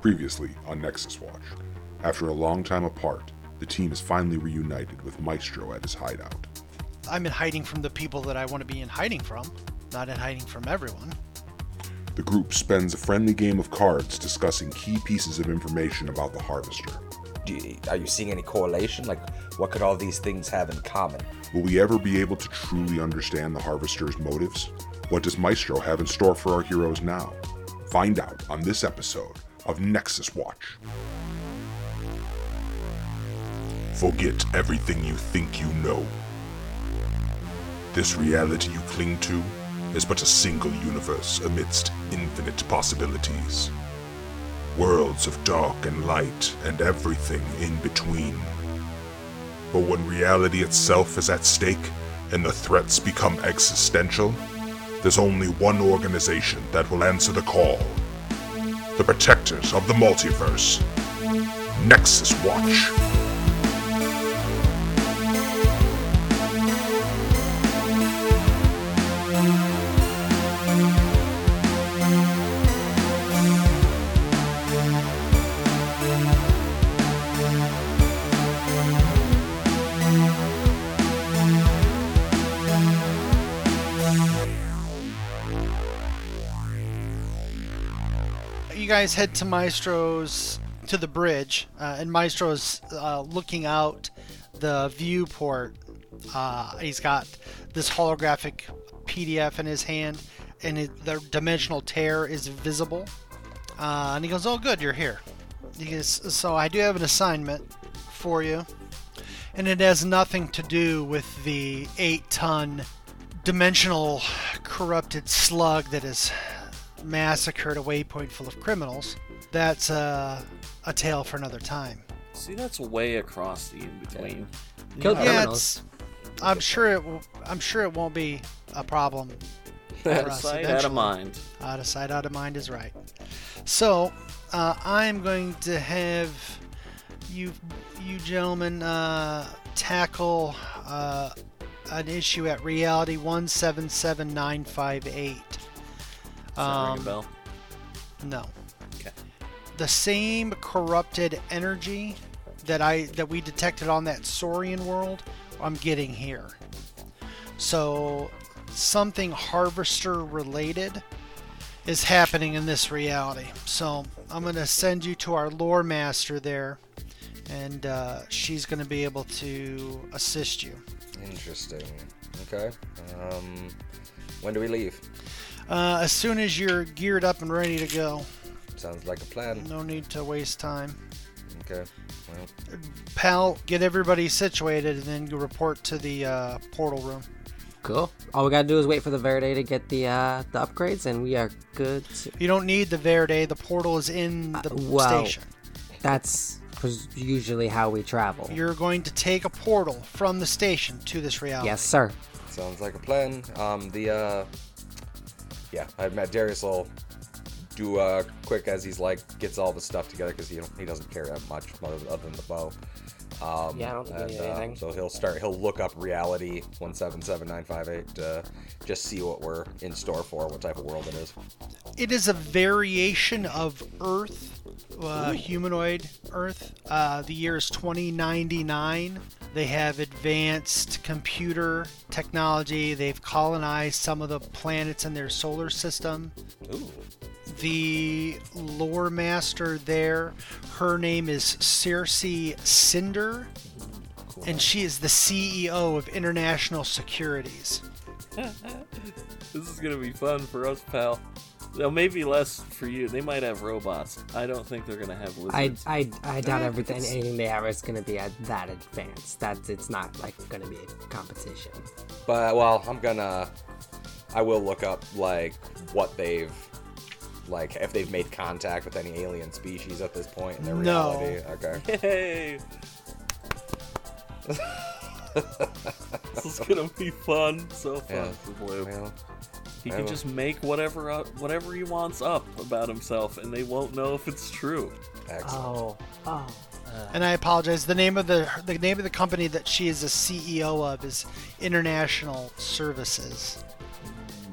previously on Nexus Watch. After a long time apart, the team is finally reunited with Maestro at his hideout. I'm in hiding from the people that I want to be in hiding from, not in hiding from everyone. The group spends a friendly game of cards discussing key pieces of information about the Harvester. Do you, are you seeing any correlation? Like, what could all these things have in common? Will we ever be able to truly understand the Harvester's motives? What does Maestro have in store for our heroes now? Find out on this episode of Nexus Watch. Forget everything you think you know. This reality you cling to is but a single universe amidst infinite possibilities. Worlds of dark and light and everything in between. But when reality itself is at stake and the threats become existential, there's only one organization that will answer the call the protectors of the multiverse Nexus Watch. You guys head to Maestro's, to the bridge, uh, and Maestro's uh, looking out the viewport. Uh, he's got this holographic PDF in his hand, and it, the dimensional tear is visible. Uh, and he goes, "Oh, good, you're here." He goes, "So I do have an assignment for you." and it has nothing to do with the eight ton dimensional corrupted slug that has massacred a waypoint full of criminals. That's uh, a tale for another time. See, that's way across the in between. Killed yeah, criminals. it's, I'm sure it. will- I'm sure it won't be a problem. Out of Across sight, out of eventually. mind. Out of sight, out of mind is right. So, uh, I'm going to have you, you gentlemen, uh, tackle uh, an issue at Reality One Seven Seven Nine Five Eight. Does that Um, ring a bell? No. Okay. The same corrupted energy that I that we detected on that Saurian world, I'm getting here. So something harvester related is happening in this reality. So I'm gonna send you to our lore master there, and uh, she's gonna be able to assist you. Interesting. Okay. Um, when do we leave? Uh, as soon as you're geared up and ready to go, Sounds like a plan. no need to waste time. Okay. Well, pal, get everybody situated, and then you report to the uh, portal room. Cool. All we gotta do is wait for the Verde to get the uh, the upgrades, and we are good. To... You don't need the Verde. The portal is in the Uh, wow. station. That's pres- usually how we travel. You're going to take a portal from the station to this reality. Yes, sir. sounds like a plan. Um, the uh, yeah, I met Darius. Will do uh quick as he's like gets all the stuff together because he don't, he doesn't care that much other, other than the bow. Um, Yeah, I don't think we and, need uh, anything. so he'll start. He'll look up reality one seven seven nine five eight to just see what we're in store for, what type of world it is. It is a variation of Earth, uh, humanoid Earth. Uh, the year is 2099. They have advanced computer technology. They've colonized some of the planets in their solar system. Ooh, the lore master there. Her name is Circe Cinder, and she is the CEO of International Securities. This is gonna be fun for us, pal. Now maybe less for you. They might have robots. I don't think they're gonna have I, lizards. I, I doubt Yeah, everything it's- anything they have is gonna be at that advanced. That's it's not like gonna be a competition. But well, I'm gonna, I will look up like what they've, like if they've made contact with any alien species at this point in their No. reality. Okay. hey, this is gonna be fun. So fun Yeah. for Blue. Well, he I can will- just make whatever up, whatever he wants up about himself, and they won't know if it's true. excellent. Oh, oh. And I apologize. The name of the the name of the company that she is a CEO of is International Services.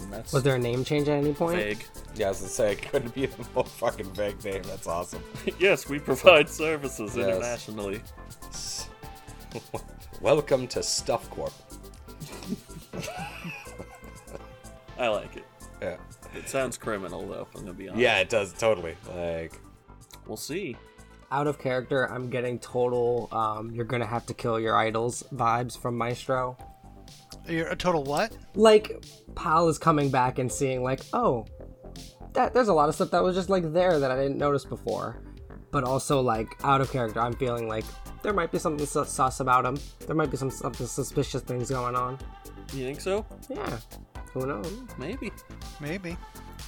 And that's Was there a name change at any point? vague? Yeah, I was gonna say it couldn't be the more fucking vague name. That's awesome. yes, we provide services Yes. internationally. Welcome to Stuff Corp. I like it. Yeah. It sounds criminal, though, if I'm going to be honest. Yeah, it does totally. Like, We'll see. Out of character, I'm getting total. Um, you're gonna have to kill your idols vibes from Maestro. You're a total what? Like, Pal is coming back and seeing like, oh, that there's a lot of stuff that was just like there that I didn't notice before. But also like out of character, I'm feeling like there might be something su- sus about him. There might be some something suspicious things going on. You think so? Yeah, who knows? Maybe. Maybe.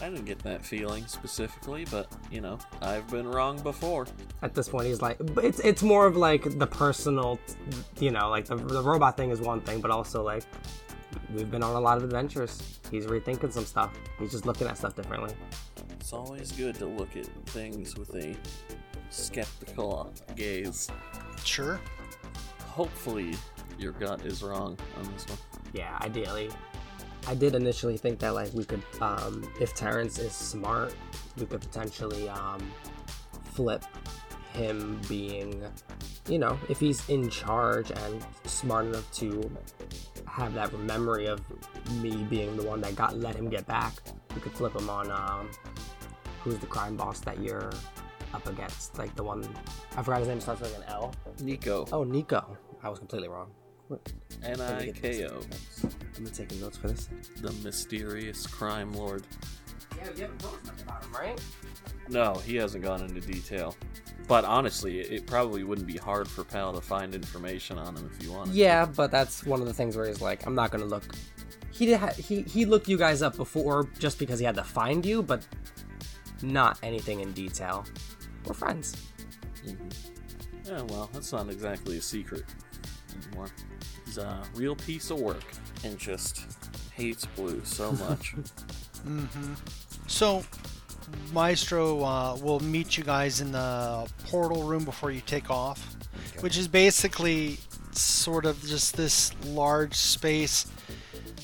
I didn't get that feeling specifically, but, you know, I've been wrong before. at this point he's like but it's it's more of like the personal you know like the, the robot thing is one thing but also like we've been on a lot of adventures he's rethinking some stuff he's just looking at stuff differently It's always good to look at things with a skeptical gaze. Sure. Hopefully, your gut is wrong on this one. yeah ideally i did initially think that like we could um if terrence is smart we could potentially um flip him being you know if he's in charge and smart enough to have that memory of me being the one that got let him get back we could flip him on um who's the crime boss that you're up against like the one i forgot his name starts with an l Nico, oh nico i was completely wrong N I K O, i'm taking notes for this the mysterious crime lord. Yeah, you haven't told us much about him, right? No, he hasn't gone into detail. But honestly, it it probably wouldn't be hard for Pal to find information on him if you wanted. Yeah, but that's one of the things where he's like, I'm not gonna look. He did ha- he he looked you guys up before just because he had to find you, but not anything in detail. We're friends. Yeah, well, that's not exactly a secret anymore. He's a real piece of work and just hates blue so much. So, Maestro uh, will meet you guys in the portal room before you take off, which is basically sort of just this large space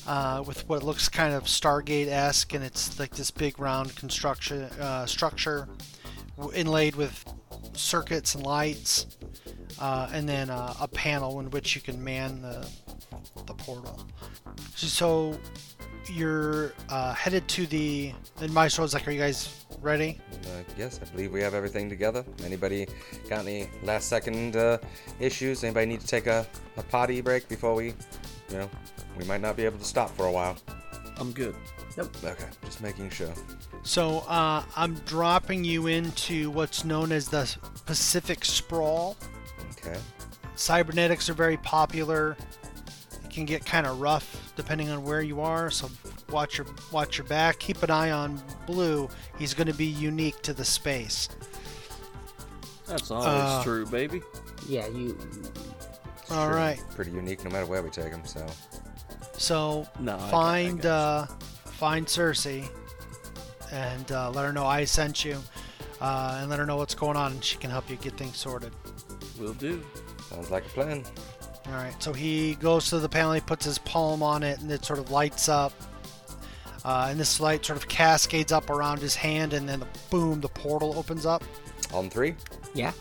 uh, with what looks kind of Stargate-esque, and it's like this big round construction uh, structure w- inlaid with circuits and lights, uh, and then uh, a panel in which you can man the the portal. So you're uh, headed to the and Maestro's like, are you guys ready? uh, yes, I believe we have everything together. Anybody got any last second uh, issues? Anybody need to take a, a potty break before we, you know, we might not be able to stop for a while. I'm good. Okay, just making sure. So uh, I'm dropping you into what's known as the Pacific Sprawl. Okay. Cybernetics are very popular. It can get kind of rough depending on where you are, so watch your watch your back. Keep an eye on Blue. He's going to be unique to the space. That's always Ah. Uh, true, baby. Yeah, you. All Pretty- right. Pretty unique no matter where we take them, so. So No, I gu- I find guess. uh, find Cersei and uh, let her know I sent you, uh, and let her know what's going on, and she can help you get things sorted. Will do. Sounds like a plan. All right. So he goes to the panel. He puts his palm on it, and it sort of lights up. Uh, and this light sort of cascades up around his hand, and then boom, the portal opens up. On three. Yeah.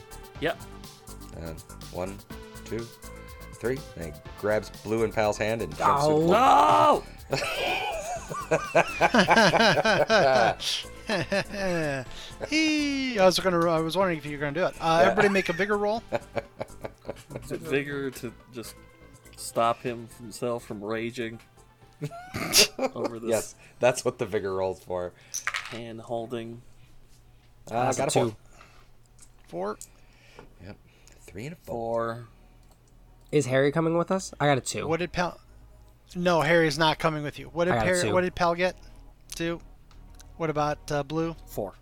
Yep. And one, two, three. And he grabs Blue and Pal's hand and jumps through the portal. Oh, Oh! Hee! I was gonna. I was wondering if you were gonna do it. Uh, everybody make a bigger roll. Is it vigor to just stop him himself from raging over this Yes, that's what the vigor rolls for. hand holding? Uh, I got a four. Four. Yep. Three and a four. Or Is Harry coming with us? I got a two. What did Pal? No, Harry's not coming with you. What did I got Par- two. What did Pal get? Two. What about uh, Blue? Four.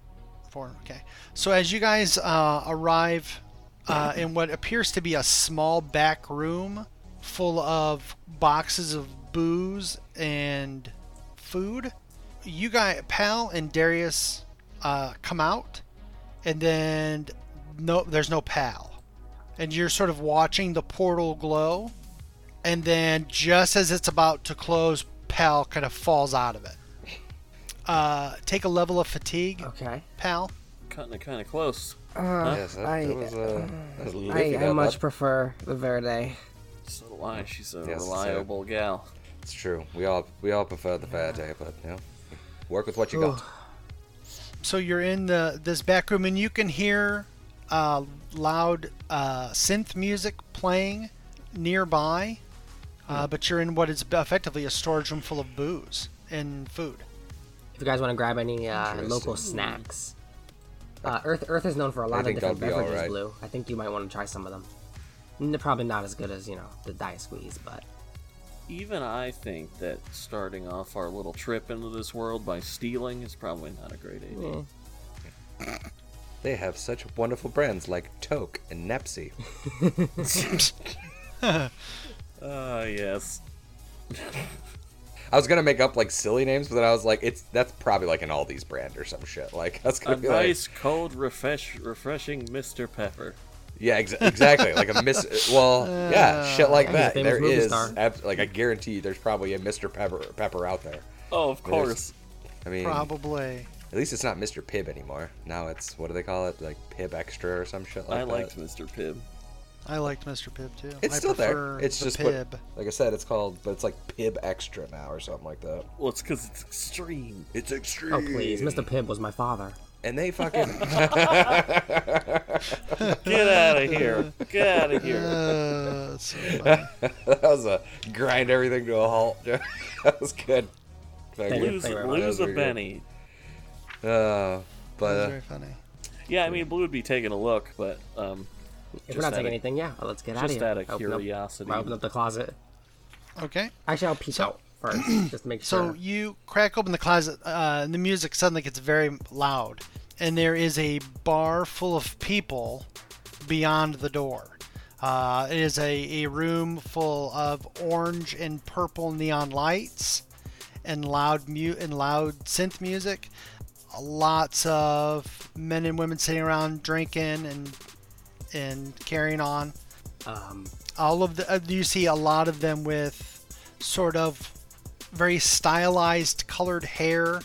Four. Okay. So as you guys uh, arrive uh, in what appears to be a small back room full of boxes of booze and food, you guys, Pal and Darius, uh, come out, and then no, there's no Pal, and you're sort of watching the portal glow, and then just as it's about to close, Pal kind of falls out of it. uh, take a level of fatigue, Okay. pal. Cutting it kind of close. Uh, yes, that, I, that was, uh, that was I, licky, I that much left. prefer the Verde. So do I. She's a Yes, so- reliable gal. It's true. We all we all prefer the fair day, but you know, work with what you got. So you're in the this back room, and you can hear uh, loud uh, synth music playing nearby. Uh, but you're in what is effectively a storage room full of booze and food. If you guys want to grab any uh, local Interesting. snacks, uh, Earth Earth is known for a lot of think different that'll be all beverages. right. Blue, I think you might want to try some of them. And They're probably not as good as you know the diet squeeze, but Even I think that starting off our little trip into this world by stealing is probably not a great idea. They have such wonderful brands like Toke and Nepsi. Ah, yes. I was gonna make up like silly names, but then I was like, it's that's probably like an Aldi's brand or some shit. Like that's A gonna be like, nice, cold, refresh, refreshing Mr. Pepper. yeah, ex- exactly, like a miss. Well, yeah, shit like Uh, that. famous There movie is, star. ab- like, I guarantee you there's probably a Mr. Pepper Pepper out there. Oh, of There's- course. I mean, Probably. at least it's not Mr. Pibb anymore. Now it's what do they call it? Like Pib Extra or some shit like I that. liked Mr. Pibb. I liked Mr. Pibb too. It's I still there. prefer It's the just what- Pibb. like I said, it's called, but it's like Pib Extra now or something like that. Well, it's because it's extreme. It's extreme. oh please, Mr. Pibb was my father. And they fucking Get out of here. Get out of here. Uh, so funny. that was a grind everything to a halt. that was good. Thank Thank Lose, you. That lose was a pretty good. penny. Uh, but That's uh, very funny. Yeah, I mean, Blue would be taking a look, but um, If Just we're not out taking of- anything, yeah, let's get out of just here. out of Open up- curiosity. I open up the closet. Okay. Actually, I'll peek out first, just to make So sure. you crack open the closet, uh, and the music suddenly gets very loud, and there is a bar full of people beyond the door. Uh, it is a, a room full of orange and purple neon lights, and loud mu- and loud synth music. Lots of men and women sitting around drinking and and carrying on um, all of the uh, you see a lot of them with sort of very stylized colored hair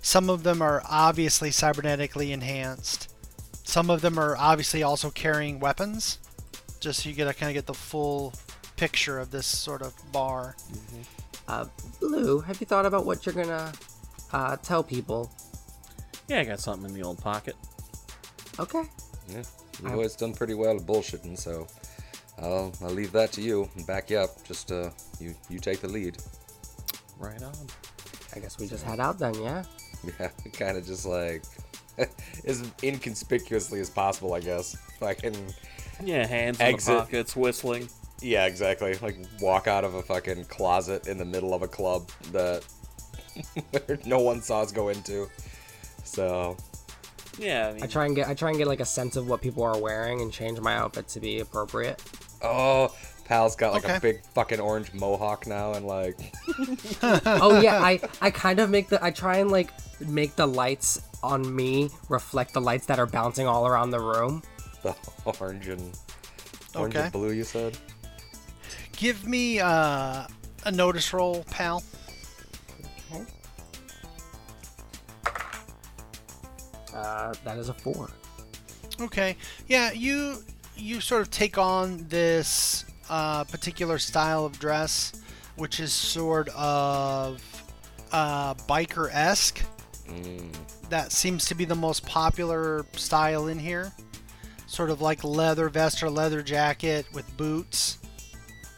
some of them are obviously cybernetically enhanced some of them are obviously also carrying weapons just so you get to kind of get the full picture of this sort of bar uh, Blue, have you thought about what you're gonna uh, tell people? yeah, I got something in the old pocket. Okay. yeah, you've always done pretty well at bullshitting, so I'll I'll leave that to you and back you up. Just uh, you you take the lead. Right on. I guess we just head out then, yeah. Yeah, kind of just like as inconspicuously as possible, I guess. Fucking Yeah, hands Exit. in the pockets, whistling. yeah, exactly. Like walk out of a fucking closet in the middle of a club that no one saw us go into. So Yeah, I mean, I try and get I try and get like a sense of what people are wearing and change my outfit to be appropriate. Oh, Pal's got like Okay. a big fucking orange mohawk now, and like, oh yeah, I I kind of make the I try and like make the lights on me reflect the lights that are bouncing all around the room. the orange and orange Okay. and blue. You said give me uh, a notice roll pal Okay. Uh, that is a four. Okay. Yeah, you you sort of take on this uh, particular style of dress, which is sort of uh, biker esque. That seems to be the most popular style in here. Sort of like leather vest or leather jacket with boots,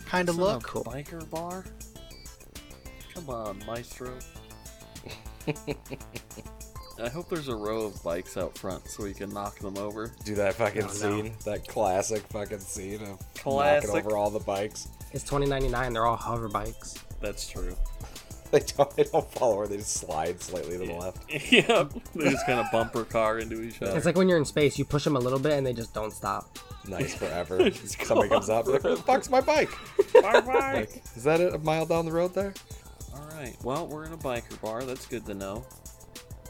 kind of Isn't a look. biker bar. Come on, maestro. I hope there's a row of bikes out front so we can knock them over. do that fucking No, no. scene, that classic fucking scene of Classic. knocking over all the bikes. It's twenty ninety nine. They're all hover bikes. That's true. They don't, they don't follow her; they just slide slightly to the left. yep. They just kind of bumper car into each other. It's like when you're in space, you push them a little bit and they just don't stop. Nice forever. Somebody comes up, like, "Who the fuck's my bike? bye bye. Like, is that it, a mile down the road there?" All right. Well, we're in a biker bar. That's good to know.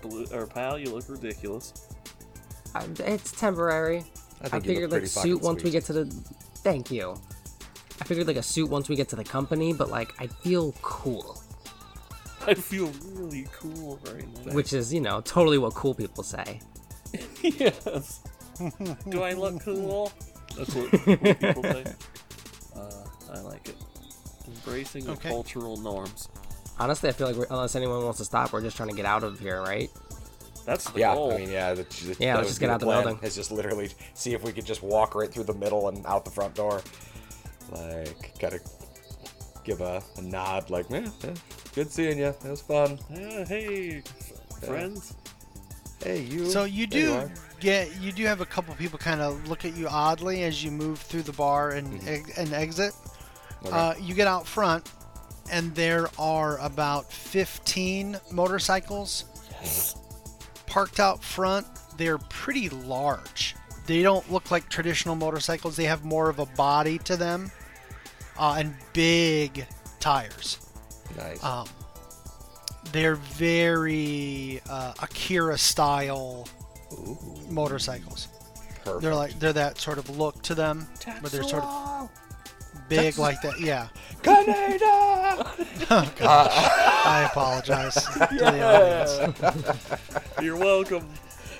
Blue, or pal, you look ridiculous. I, it's temporary. I think you I look figured like pretty fucking suit once we sweet. get to the. Thank you. I figured like a suit once we get to the company, but like I feel cool. I feel really cool right now. which is you know totally what cool people say. yes. Do I look cool? That's what, what people say. Uh, I like it. Embracing the Okay. cultural norms. Honestly, I feel like we're, unless anyone wants to stop, we're just trying to get out of here, right? That's the Yeah, goal. I mean, yeah. The, the, oh. Yeah, that let's would just be get out the plan, building. Is just literally see if we could just walk right through the middle and out the front door. Like, gotta give a, a nod. Like, man, yeah, good seeing you. It was fun. Yeah, Uh, hey, friends. Hey, you. So you There do are. get you do have a couple people kind of look at you oddly as you move through the bar and ex- and exit. Okay. Uh, you get out front, and there are about 15 motorcycles Mm-hmm. parked out front. They're pretty large. They don't look like traditional motorcycles. They have more of a body to them, uh, and big tires. nice. Um, they're very uh, Akira style motorcycles. Perfect. They're like they're that sort of look to them, but they're sort of big like that. Yeah. Kaneda! Oh, gosh. I apologize to the audience. You're welcome.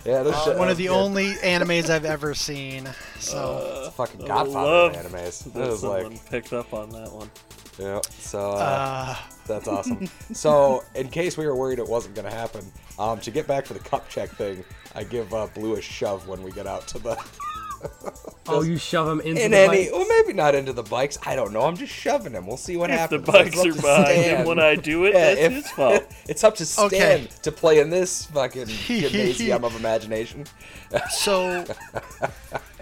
yeah, this shit. Uh, One of the yeah, only animes I've ever seen. So it's fucking I Godfather love of animes. It that was someone like, picked up on that one. yeah. So uh, uh, That's awesome. so, in case we were worried it wasn't going to happen, um, to get back to the cup check thing, I give uh, Blue a shove when we get out to the. Oh, you shove him into In the any, bike. well, maybe not into the bikes. I don't know. I'm just shoving him. We'll see what If the happens. bikes It's up are to behind him Stan. when I do it, Yeah, that's if- Um, his fault. it's up to Stan Okay. to play in this fucking gymnasium of imagination. so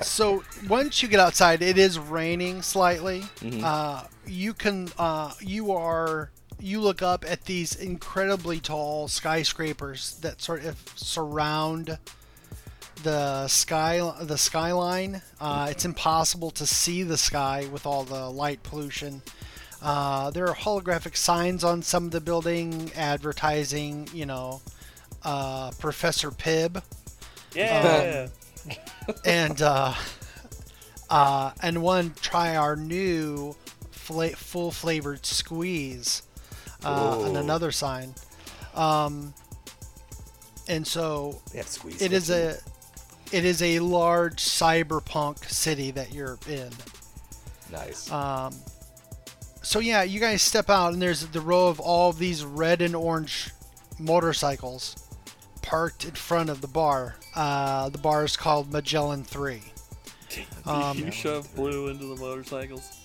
so once you get outside, it is raining slightly. Uh, you can uh, you are you look up at these incredibly tall skyscrapers that sort of surround the sky the skyline. Uh, it's impossible to see the sky with all the light pollution. Uh, there are holographic signs on some of the building advertising, you know, uh, Professor Pibb Yeah. and uh, uh, and one try our new fla- full flavored squeeze uh, and another sign um, and so They have squeeze. it is a it is a large cyberpunk city that you're in nice. so yeah you guys step out and there's the row of all of these red and orange motorcycles parked in front of the bar uh, the bar is called magellan 3 um, you shove Blue into the motorcycles.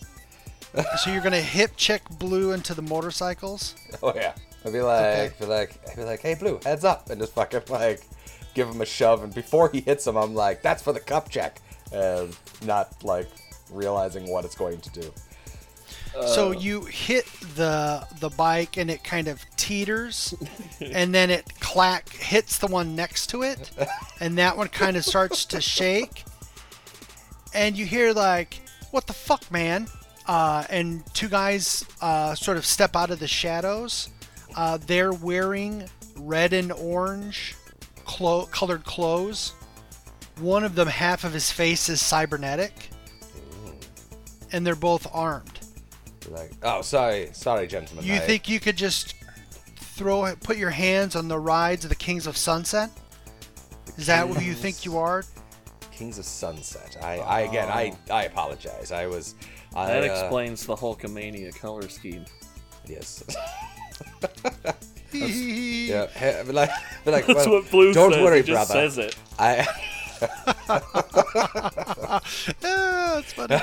So you're gonna hip check blue into the motorcycles. Oh yeah. I'd be like, be like, I'd be like, hey Blue, heads up, and just fucking like, give him a shove, and before he hits him, I'm like, that's for the cup check, and not like realizing what it's going to do. so you hit the the bike and it kind of teeters, and then it clack hits the one next to it, and that one kind of starts to shake. And you hear like, "What the fuck, man!" Uh, and two guys uh, sort of step out of the shadows. Uh, they're wearing red and orange clo- colored clothes. One of them, half of his face is cybernetic, and they're both armed. Be Like, oh sorry, sorry gentlemen. You I- think you could just throw put your hands on the rides of the Kings of Sunset? Is that who you think you are? Kings of Sunset? I, I again, I, Oh. I apologize. I was, I, That uh, explains the Hulkamania color scheme. Yes. yeah. hey, Be like, be like, That's well, what Blue don't says. worry, he just brother. says it. I. Ah, that's funny.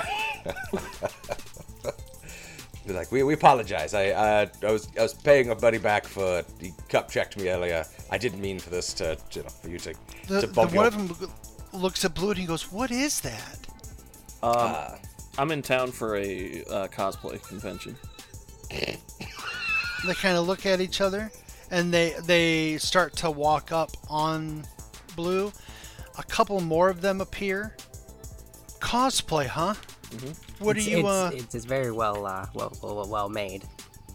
Be like, we, we apologize. I, I I was I was paying a buddy back for he cup checked me earlier. I didn't mean for this to you know for you to The, to the bump one your- of them looks at Blue and he goes, "What is that?" I'm in town for a uh, cosplay convention. And they kind of look at each other, and they they start to walk up on Blue. A couple more of them appear. Cosplay, huh? Mm-hmm. What are It's, you? it's, uh, it's, it's very well, uh, well, well, well- well made.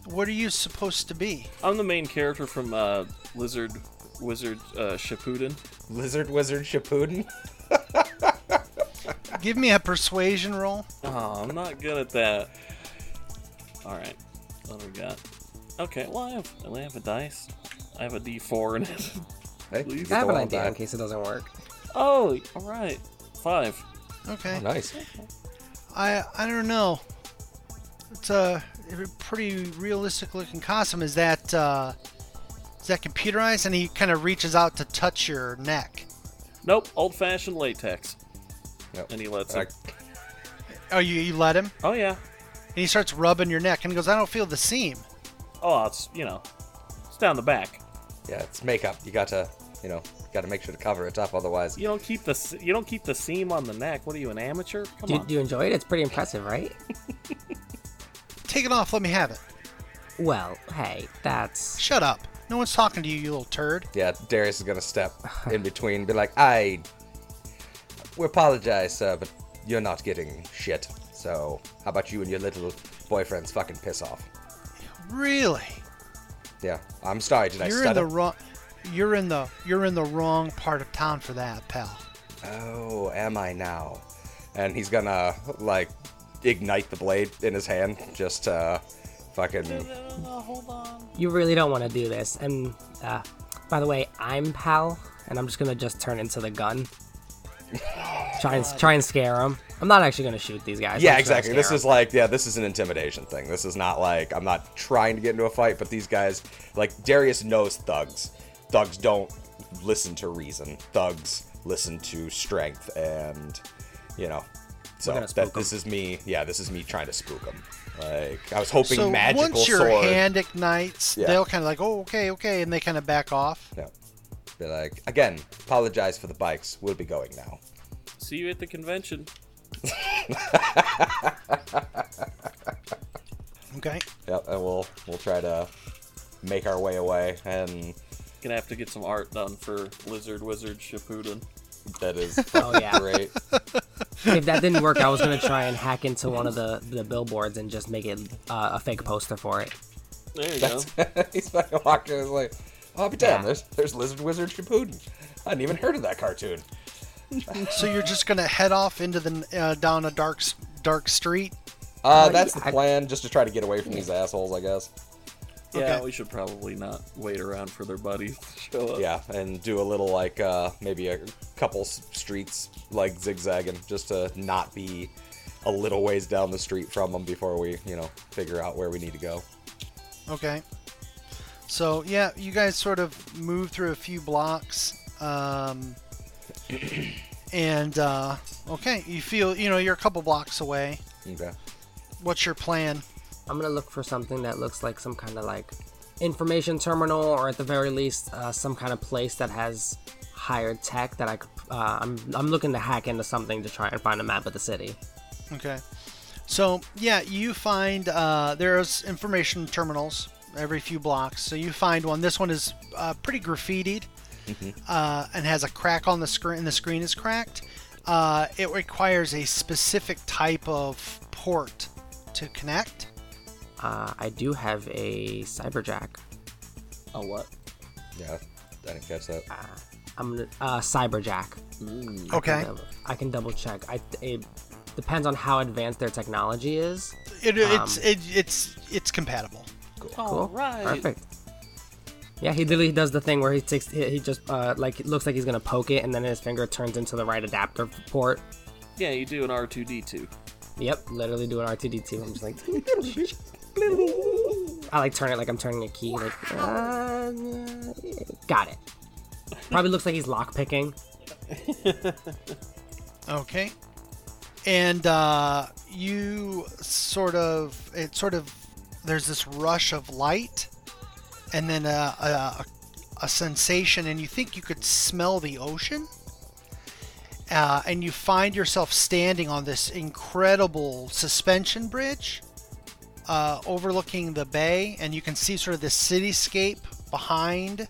what are you supposed to be? I'm the main character from uh, Lizard Wizard uh, Shippuden. lizard wizard Shippuden. Give me a persuasion roll. Oh, I'm not good at that. All right, what do we got? Okay, well, I have, I have a dice. I have a d4 in it. Hey, Please. you get I have the an one idea in back. case it doesn't work. Oh, alright. Five. Okay. Nice. I I don't know. It's a, a pretty realistic looking costume. Is that uh, is that computerized? And he kind of reaches out to touch your neck. Nope, old fashioned latex. Yep. And he lets I, it. Oh, you, you let him, Oh, yeah. and he starts rubbing your neck, and he goes, "I don't feel the seam." Oh, it's, you know, it's down the back. yeah, it's makeup. You got to, you know, got to make sure to cover it up. Otherwise, You don't keep the s- you don't keep the seam on the neck. What are you, an amateur? Come Do, on. do you enjoy it? It's pretty impressive, right? Take it off. Let me have it. Well, hey, that's Shut up. No one's talking to you, you little turd. yeah, Darius is gonna step in between, and be like, I, we apologize, sir, but you're not getting shit. So how about you and your little boyfriends fucking piss off? Really? Yeah, I'm sorry. Did I you're in stutter? the wrong. You're in the you're in the wrong part of town for that, pal. oh, am I now? And he's gonna like ignite the blade in his hand, just uh, fucking. hold on. you really don't want to do this. And uh, by the way, I'm Pal, and I'm just gonna just turn into the gun. try and try and scare them. I'm not actually gonna shoot these guys. Yeah, I'm just gonna exactly. This scare is like, yeah, this is an intimidation thing. This is not like I'm not trying to get into a fight, but these guys, like Darius knows thugs. Thugs don't listen to reason. Thugs listen to strength, and you know, so gonna that spook this 'em. is me. Yeah, this is me trying to spook them. Like I was hoping so magical once your sword. hand ignites, Yeah. they'll kind of like, "Oh, okay, okay," and they kind of back off. Yeah. Be like, again, apologize for the bikes. We'll be going now. See you at the convention. Okay. Yep, and we'll we'll try to make our way away and. Gonna have to get some art done for Lizard Wizard Shippuden. That is Oh, yeah. great. them. If that didn't work, I was gonna try and hack into one of the the billboards and just make it uh, a fake poster for it. There you go. he's fucking walking. He's like, oh, but damn, Yeah. there's there's Lizard Wizard Shippuden. I hadn't even heard of that cartoon. So you're just gonna head off into the uh, down a dark s- dark street. Uh, Oh, that's yeah, the I- plan, just to try to get away from these assholes, I guess. Yeah, Okay. we should probably not wait around for their buddies to show up. Yeah, and do a little like uh, maybe a couple s- streets like zigzagging, just to not be a little ways down the street from them before we, you know, figure out where we need to go. Okay. So yeah, you guys sort of move through a few blocks, um, and uh, okay, you feel you know you're a couple blocks away. Okay. What's your plan? I'm gonna look for something that looks like some kind of like information terminal, or at the very least, uh, some kind of place that has higher tech that I could. Uh, I'm I'm looking to hack into something to try and find a map of the city. Okay. So yeah, you find uh, there's information terminals every few blocks. So you find one. This one is uh, pretty graffitied uh, and has a crack on the screen. And the screen is cracked. Uh, it requires a specific type of port to connect. Uh, I do have a cyberjack. A what? Yeah, I didn't catch that. I'm gonna, uh, cyberjack. Okay. I can double check. I it depends on how advanced their technology is. It, it's it, it's it's compatible. Cool. Perfect. Yeah, he literally does the thing where he takes he, he just uh, like it looks like he's gonna poke it, and then his finger turns into the right adapter port. Yeah, you do an R2D2. Yep, literally doing R2D2. I'm just like, I like turn it like I'm turning a key. Like, uh, got it. Probably looks like he's lockpicking. Okay. And uh, you sort of, it sort of, there's this rush of light and then a, a, a sensation, and you think you could smell the ocean. Uh, and you find yourself standing on this incredible suspension bridge uh, overlooking the bay, and you can see sort of the cityscape behind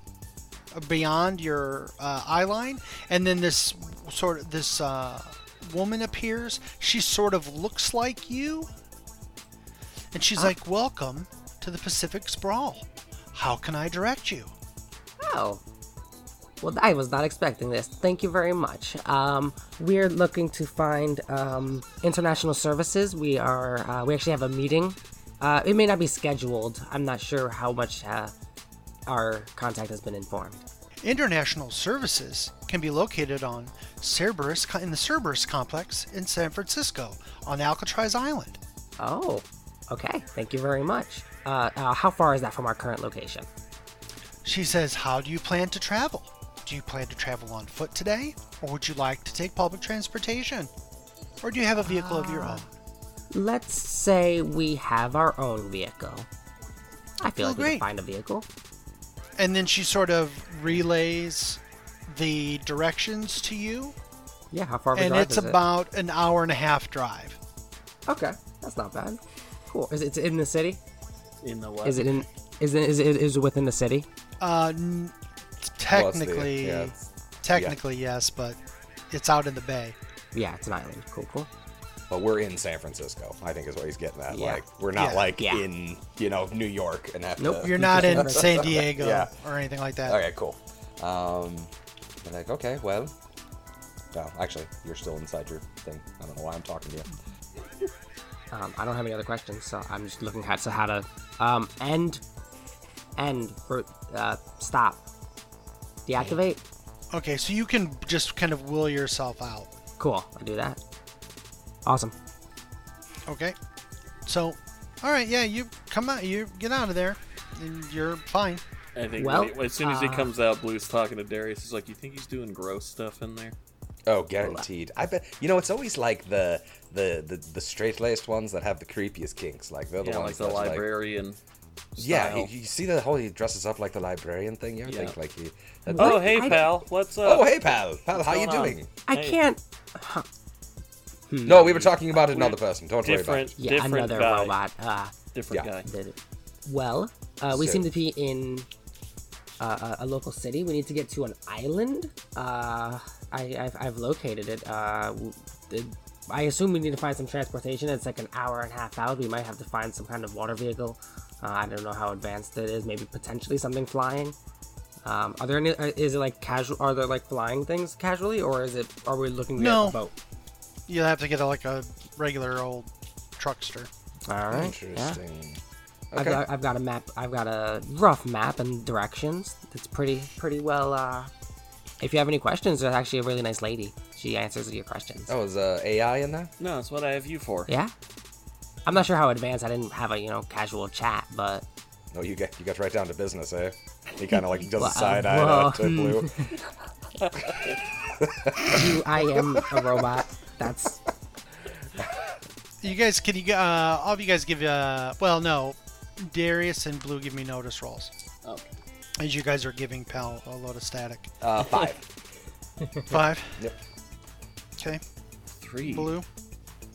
beyond your uh, eye line, and then this sort of this uh, woman appears. She sort of looks like you, and she's like, "Welcome to the Pacific Sprawl. How can I direct you?" Oh. Well, I was not expecting this. Thank you very much. Um, we're looking to find um, international services. We are. Uh, we actually have a meeting Uh, it may not be scheduled. I'm not sure how much uh, our contact has been informed. International services can be located on Cerberus in the Cerberus complex in San Francisco on Alcatraz Island. Oh, okay. Thank you very much. Uh, uh, how far is that from our current location? She says, How do you plan to travel? Do you plan to travel on foot today? Or would you like to take public transportation? Or do you have a vehicle of Ah. your own? Let's say we have our own vehicle. I feel Oh, like we great. can find a vehicle. And then she sort of relays the directions to you. Yeah, how far of a and drive it's is it? about an hour and a half drive. Okay, that's not bad. Cool. Is it it's in the city? In the Is west. it in? Is it is it is it within the city? Uh, n- t- Well, it's the- technically, yeah, it's- technically yes, but it's out in the bay. Yeah, it's an island. Cool, cool. But we're in San Francisco, I think is what he's getting at. Yeah. Like, we're not Yeah. like Yeah. in, you know, New York and have Nope, to. You're not in San Diego Yeah. or anything like that. Okay, cool. Um, and like, okay, well, no, actually, you're still inside your thing. I don't know why I'm talking to you. Um, I don't have any other questions, so I'm just looking at so how to um, end end for uh, stop deactivate. Okay, so you can just kind of will yourself out. Cool. I do that. Awesome. Okay. So, all right, yeah, you come out, you get out of there, and you're fine. I think Well, when he- as soon as he uh, comes out, Blue's talking to Darius. He's like, "You think he's doing gross stuff in there?" Oh, guaranteed. I bet you know it's always like the the the, the straight laced ones that have the creepiest kinks. Like they're the yeah, like ones the that like librarian. yeah, style. he- you see the whole he dresses up like the librarian thing. You ever Yeah. think like he? That, oh, What? hey I- pal, what's up? oh, hey pal, pal, how you going on? doing? I Hey. can't. Hmm. No, we were talking about another person. Don't worry about Different, it. Yeah, different another guy. robot. Uh, Different Yeah. guy. did it. Well, uh, we So- seem to be in uh, a a local city. We need to get to an island. Uh, I, I've, I've located it. Uh, w- it- I assume we need to find some transportation. It's like an hour and a half out. We might have to find some kind of water vehicle. Uh, I don't know how advanced it is. Maybe potentially something flying. Um, are there any? uh, Is it like casual? Are there like flying things casually, or is it? Are we looking at No. a boat? You'll have to get a, like a regular old truckster. All right. yeah. Interesting. I've, Okay. got, I've got a map. I've got a rough map and directions. It's pretty pretty well. Uh, if you have any questions, there's actually a really nice lady. She answers your questions. Oh, is uh, AI in there? No, that's what I have you for. Yeah. I'm not sure how advanced. I didn't have a you know casual chat, but No, you got you got right down to business, eh? He kind of like does Well, a uh, side eye well, hmm. to- to blue. you, I am a robot. That's You guys, can you? Uh, all of you guys give. Uh, well, no, Darius and Blue give me notice rolls Oh, as you guys are giving Pal a load of static. Uh, five. Five. Yep. Okay. three. Blue.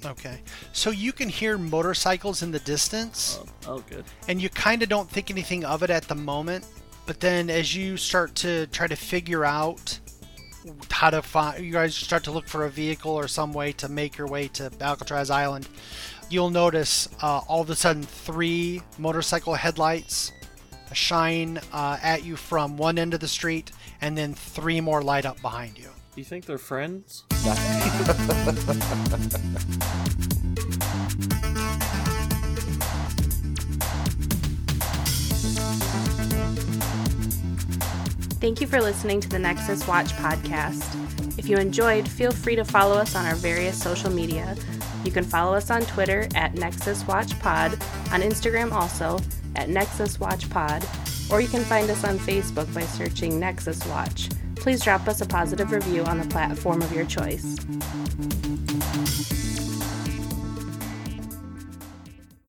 Okay. So you can hear motorcycles in the distance. Oh, oh, good. and you kind of don't think anything of it at the moment but then as you start to try to figure out how to find you guys start to look for a vehicle or some way to make your way to alcatraz island you'll notice uh, all of a sudden three motorcycle headlights shine uh, at you from one end of the street and then three more light up behind you Do you think they're friends? Thank you for listening to the Nexus Watch podcast. If you enjoyed, feel free to follow us on our various social media. You can follow us on Twitter at Nexus Watch Pod, on Instagram also at Nexus Watch Pod, or you can find us on Facebook by searching Nexus Watch. Please drop us a positive review on the platform of your choice.